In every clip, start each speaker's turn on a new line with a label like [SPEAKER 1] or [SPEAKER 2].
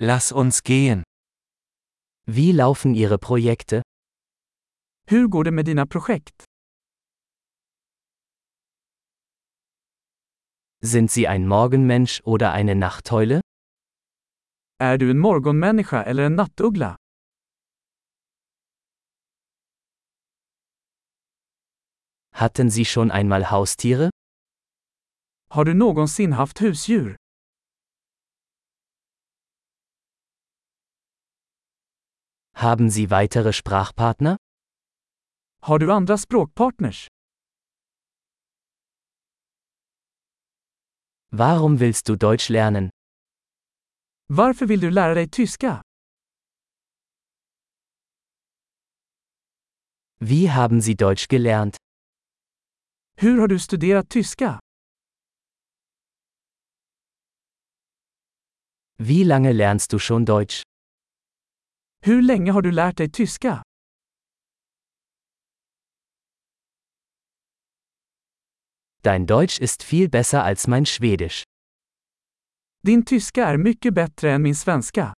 [SPEAKER 1] Lass uns gehen.
[SPEAKER 2] Wie laufen Ihre Projekte?
[SPEAKER 3] Hur går det med dina projekt?
[SPEAKER 2] Sind Sie ein Morgenmensch oder eine Nachteule?
[SPEAKER 3] Är du en morgonmänniska eller en nattuggla?
[SPEAKER 2] Hatten Sie schon einmal Haustiere?
[SPEAKER 3] Har du någonsin haft husdjur?
[SPEAKER 2] Haben Sie weitere Sprachpartner?
[SPEAKER 3] Har du andra språkpartners?
[SPEAKER 2] Warum willst du Deutsch lernen?
[SPEAKER 3] Varför vill du lära dig tyska?
[SPEAKER 2] Wie haben Sie Deutsch gelernt?
[SPEAKER 3] Hur har du studerat tyska?
[SPEAKER 2] Wie lange lernst du schon Deutsch?
[SPEAKER 3] Hur länge har du lärt dig tyska?
[SPEAKER 2] Dein Deutsch ist viel besser als mein Schwedisch.
[SPEAKER 3] Din tyska är mycket bättre än min svenska.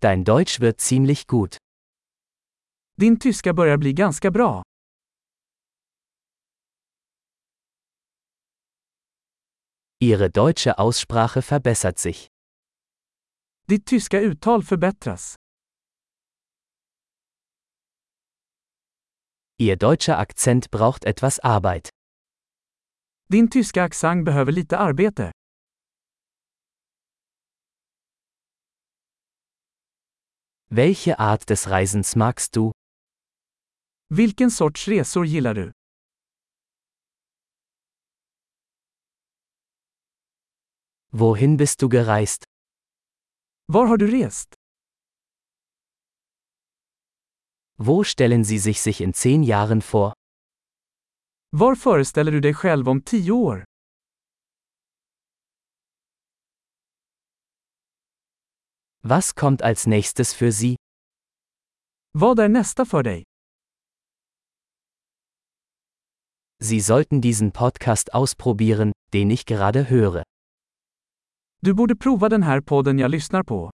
[SPEAKER 2] Dein Deutsch wird ziemlich gut.
[SPEAKER 3] Din tyska börjar bli ganska bra.
[SPEAKER 2] Ihre deutsche Aussprache verbessert sich.
[SPEAKER 3] Ditt tyska uttal förbättras.
[SPEAKER 2] Ihr deutscher Akzent braucht etwas Arbeit.
[SPEAKER 3] Din tyska accent behöver lite arbete.
[SPEAKER 2] Welche Art des Reisens magst du?
[SPEAKER 3] Vilken sorts resor gillar du?
[SPEAKER 2] Wohin bist du gereist?
[SPEAKER 3] Var har du rest?
[SPEAKER 2] Wo stellen Sie sich sich in zehn Jahren vor?
[SPEAKER 3] Var föreställer du dig själv om tio år?
[SPEAKER 2] Was kommt als nächstes für Sie?
[SPEAKER 3] Vad är nästa för dig?
[SPEAKER 2] Sie sollten diesen Podcast ausprobieren, den ich gerade höre.
[SPEAKER 3] Du borde prova den här podden jag lyssnar på.